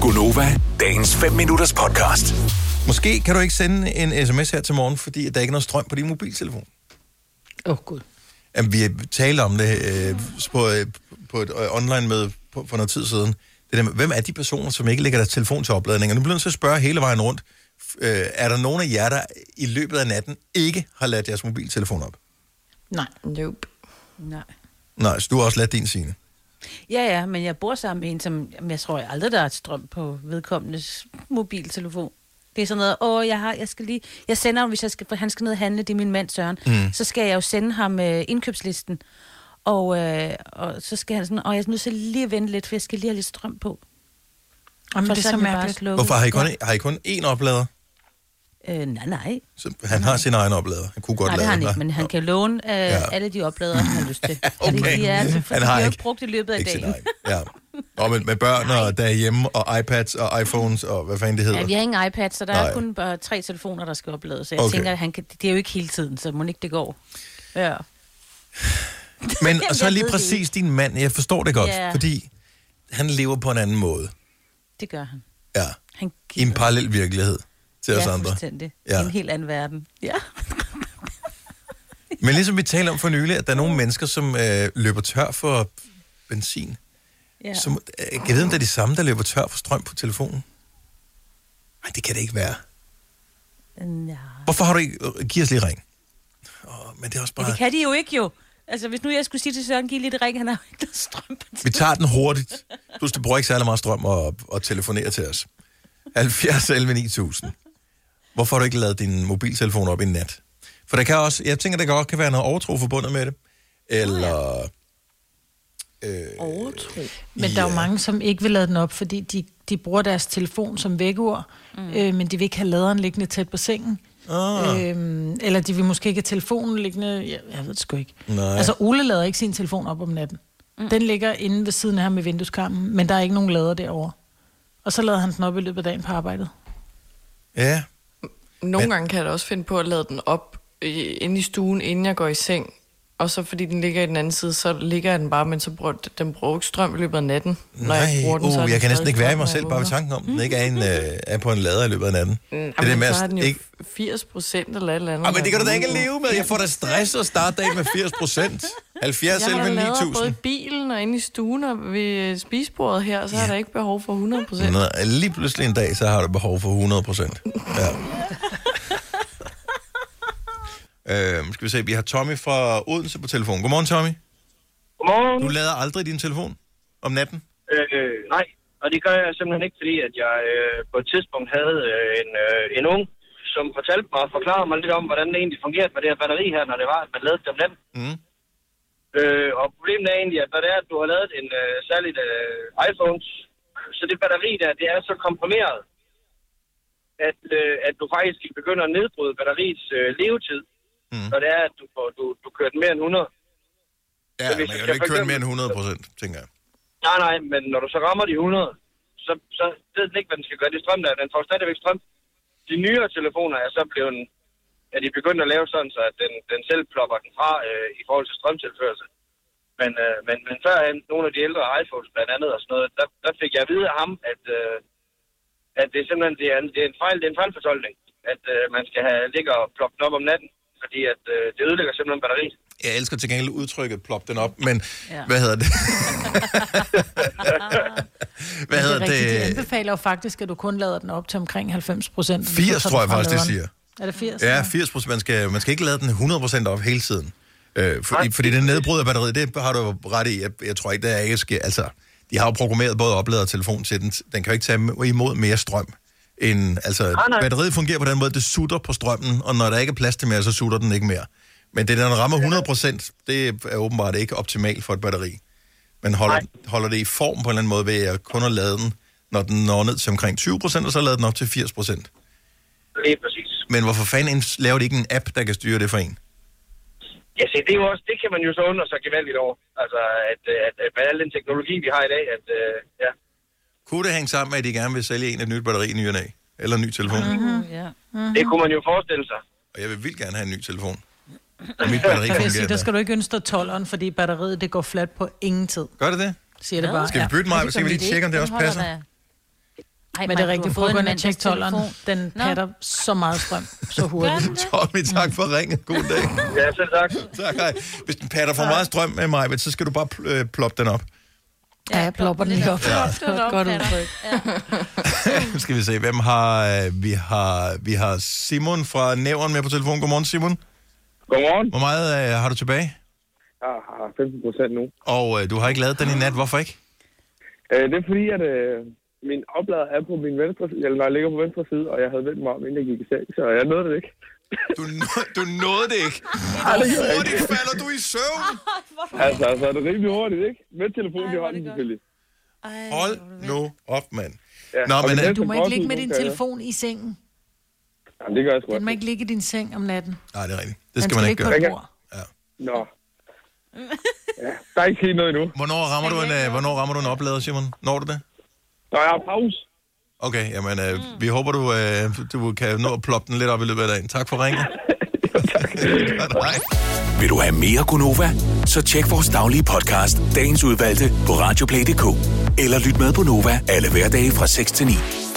Gunova, dagens 5 minutters podcast. Måske kan du ikke sende en sms her til morgen, fordi der er ikke er noget strøm på din mobiltelefon. Åh, oh, gud. Jamen, vi talte om det øh, på, øh, på et øh, online-møde på- for noget tid siden. Det der med, hvem er de personer, som ikke lægger deres telefon til opladning? Og nu bliver jeg nødt til at spørge hele vejen rundt. F- Øh, er der nogen af jer, der i løbet af natten ikke har ladt jeres mobiltelefon op? Nej. Nope. Nej. Nej, så du har også ladt din sine. Ja, ja, men jeg bor sammen med en, som jamen, jeg tror jeg aldrig, der er et strøm på vedkommendes mobiltelefon. Det er sådan noget, åh, jeg, har, jeg skal lige... Jeg sender ham, hvis jeg skal, for han skal ned og handle, det er min mand Søren. Mm. Så skal jeg jo sende ham øh, indkøbslisten. Og, øh, og så skal han sådan, åh, jeg er nødt til lige at vente lidt, for jeg skal lige have lidt strøm på. Jamen, for det er så så den bare mærkeligt. slukket. Hvorfor har I kun, har I kun én oplader? Øh, nej, nej. Så han har sin egen oplader. Han kunne godt Nej, det lade har han den, ikke, men han kan låne øh, ja. alle de oplader, han har lyst til. Fordi de er, altså, for Han de har har jo ikke- ikke brugt i løbet af Ikke sin dagen. egen. Ja. Og med, med børn og derhjemme, og iPads og iPhones, og hvad fanden det hedder. Ja, vi har ingen iPad, så der Nej. er kun bare tre telefoner, der skal oplades. Så jeg Okay. okay. tænker, at han kan, det er jo ikke hele tiden, så må ikke det går. Ja. Men og så Jeg lige ved det præcis din mand, jeg forstår det godt, Ja. fordi han lever på en anden måde. Det gør han. Ja, Han i en parallel virkelighed til os ja, andre. fuldstændig. Ja. Ja. En helt anden verden. Ja. Men ligesom vi taler om for nylig, at der er nogle mennesker, som øh, løber tør for benzin. ja. Ja. Som, øh, kan jeg vide, om det er de samme, der løber tør for strøm på telefonen? Nej, det kan det ikke være. ja. Hvorfor har du ikke... øh, Giv os lige ring. Oh, men det er også Men bare... det kan de jo ikke jo. Altså, hvis nu jeg skulle sige til Søren, giv lige det ring, han har jo ikke noget strøm på Vi tager den hurtigt. Du skal bruge ikke særlig meget strøm og, og telefonere til os. 70 11 9000. Hvorfor har du ikke lavet din mobiltelefon op i nat? For der kan også, jeg tænker, der godt kan være noget overtro forbundet med det. Eller... Øh, overtro. Men der er Ja. jo mange, som ikke vil lade den op, fordi de, de bruger deres telefon som vækord, mm. øh, men de vil ikke have laderen liggende tæt på sengen. Ah. Ah. Øhm, eller de vil måske ikke have telefonen liggende... Jeg, jeg ved det sgu ikke. Nej. Altså, Ole lader ikke sin telefon op om natten. Mm. Den ligger inde ved siden af ham i vindueskarmen, men der er ikke nogen lader derovre. Og så lader han den op i løbet af dagen på arbejdet. Øh, ja. Nogle Men- Men... gange kan jeg da også finde på at lade den op øh, inde i stuen, inden jeg går i seng. Og så fordi den ligger i den anden side, så ligger jeg den bare, men så bruger den bruger ikke strøm i løbet af natten. Når Nej, jeg bruger den, så er uh, den jeg kan næsten stadig ikke være i grøn, mig når jeg selv, bare ved vågner. tanken om, den ikke er, en, øh, er på en lader i løbet af natten. Mm, det Jamen, med så at har den jo ikke... ikke... 80 procent eller et eller andet. Ah, men det kan du da ikke leve. leve med. Jeg får da stress og starte dagen med 80 procent. 70 Jeg har 11 da lavet 9000. både i bilen og inde i stuen og ved spisebordet her, så ja. er der ikke behov for 100 procent. Nå, lige pludselig en dag, så har du behov for 100 procent. Ja. øhm, skal vi se, vi har Tommy fra Odense på telefon. Godmorgen, Tommy. Godmorgen. Du lader aldrig din telefon om natten? Øh, nej, og det gør jeg simpelthen ikke, fordi at jeg øh, på et tidspunkt havde øh, en, øh, en ung, som fortalte mig og forklarede mig lidt om, hvordan det egentlig fungerede med det her batteri her, når det var, at man lavede dem nemt. Mm. Øh, og problemet er egentlig, at når det er, at du har lavet en øh, særligt øh, iPhones, så det batteri der, det er så komprimeret, at, øh, at du faktisk begynder at nedbryde batteriets øh, levetid, Mm. mm. når det er, at du, får- du, du kører den mere end 100. Ja, Så man hvis kan jeg jo ikke for køre den mere end eksempel- 100 procent, tænker jeg. Nej, nej, men når du så rammer de 100, så, så ved den ikke, hvad den skal gøre. Det er strøm, der. Den får stadigvæk strøm. De nyere telefoner er så blevet... Ja, de er begyndt at lave sådan, så at den, den selv plopper den fra øh, i forhold til strømtilførsel. Men, øh, men, men førhen, nogle af de ældre iPhones blandt andet og sådan noget, der, der fik jeg at vide af ham, at, øh, at det er simpelthen det er en, det er en fejl, det er en fejlfortolkning, at øh, man skal have ligge og ploppe den op om natten, fordi at, øh, det ødelægger simpelthen batteriet. Jeg elsker til gengæld udtrykket, plop den op, men ja. Ja. hvad hedder det? hvad hedder det er rigtigt. De det? anbefaler jo faktisk, at du kun lader den op til omkring 90 procent. 80 tror jeg faktisk, det siger. Er det 80? Ja, 80 procent. Man skal, man skal ikke lade den 100 procent op hele tiden. Øh, fordi, Nej. fordi det nedbryder batteriet, det har du jo ret i. Jeg, jeg tror ikke, det er ikke sker. Altså, de har jo programmeret både oplader og telefon til den. Den kan jo ikke tage imod mere strøm. End, altså, Nej, nej. batteriet fungerer på den måde, det sutter på strømmen, og når der ikke er plads til mere, så sutter den ikke mere. Men det, der rammer 100 procent, det er åbenbart ikke optimalt for et batteri. Men holder, Nej. holder det i form på en eller anden måde ved at kun at lade den, når den når ned til omkring 20 procent, og så lade den op til 80 procent. Lige præcis. Men hvorfor fanden ens- laver de ikke en app, der kan styre det for en? Ja, se, det, er jo også, det kan man jo så undre sig gevaldigt over. Altså, at, øh, at, at med al den teknologi, vi har i dag, at øh, ja. Kunne det hænge sammen med, at de gerne vil sælge en et nyt batteri i ny og næ? Eller en ny telefon? Mm-hmm. Ja. det kunne man jo forestille sig. Og jeg vil vildt gerne have en ny telefon. Og mit batteri Jeg vil sige, der fungerer skal skal... du ikke ønske dig 12'eren, fordi batteriet det går fladt på ingen tid, Gør det det? siger det bare. Skal vi bytte mig? Skal vi lige tjekke, om det også passer? Ej, Ej, Men det er rigtigt, prøv at gå ind og tjekke tolleren. Den Nå. patter så meget strøm, så hurtigt. den? Tommy, tak for ringen. God dag. Ja, selv tak. tak, hej. Hvis den patter for meget strøm med mig, så skal du bare pl- øh, ploppe den op. Ja, jeg plopper den lige op. Ja. Godt, godt udtryk. Nu skal vi se, hvem har... øh, Vi har, vi har Simon fra Nævren med på telefon. Godmorgen, Simon. Godmorgen. Hvor meget øh, har du tilbage? Jeg har 15 procent nu. Og øh, du har ikke lavet den i nat. Hvorfor ikke? Øh, det er fordi, at øh, min oplader er på min venstre side, eller når jeg ligger på venstre side, og jeg havde vendt mig om, inden jeg gik i seng, så jeg nåede det ikke. Du, nå- du nåede det ikke. det gjorde Hvor jeg hurtigt falder du i søvn? Altså, så er det rimelig hurtigt, ikke? Med telefonen Ej, i hvor er hånden, det godt. selvfølgelig. Hold nu op, mand. Ja. Nå, og men, det øh, næste Du må ikke fortid, ligge med nu din kan jeg- telefon i sengen. Jamen, det gør jeg sgu Den må også. ikke ligge i din seng om natten. Nej, det er rigtigt. Det Den skal man ikke ligge gøre. på et gøre. bord. Nå. Ja, der er ikke sket noget endnu. Hvornår rammer, du en, øh, hvornår rammer du en oplader, Simon? Når du det? Nå, jeg har pause. Okay, jamen, øh, vi håber, du, øh, du kan nå at ploppe den lidt op i løbet af dagen. Tak for ringen. tak. Hej. Vil du have mere Gunova? Så tjek vores daglige podcast, dagens udvalgte, på radioplay.dk. Eller lyt med på Nova alle hverdage fra 6 til 9.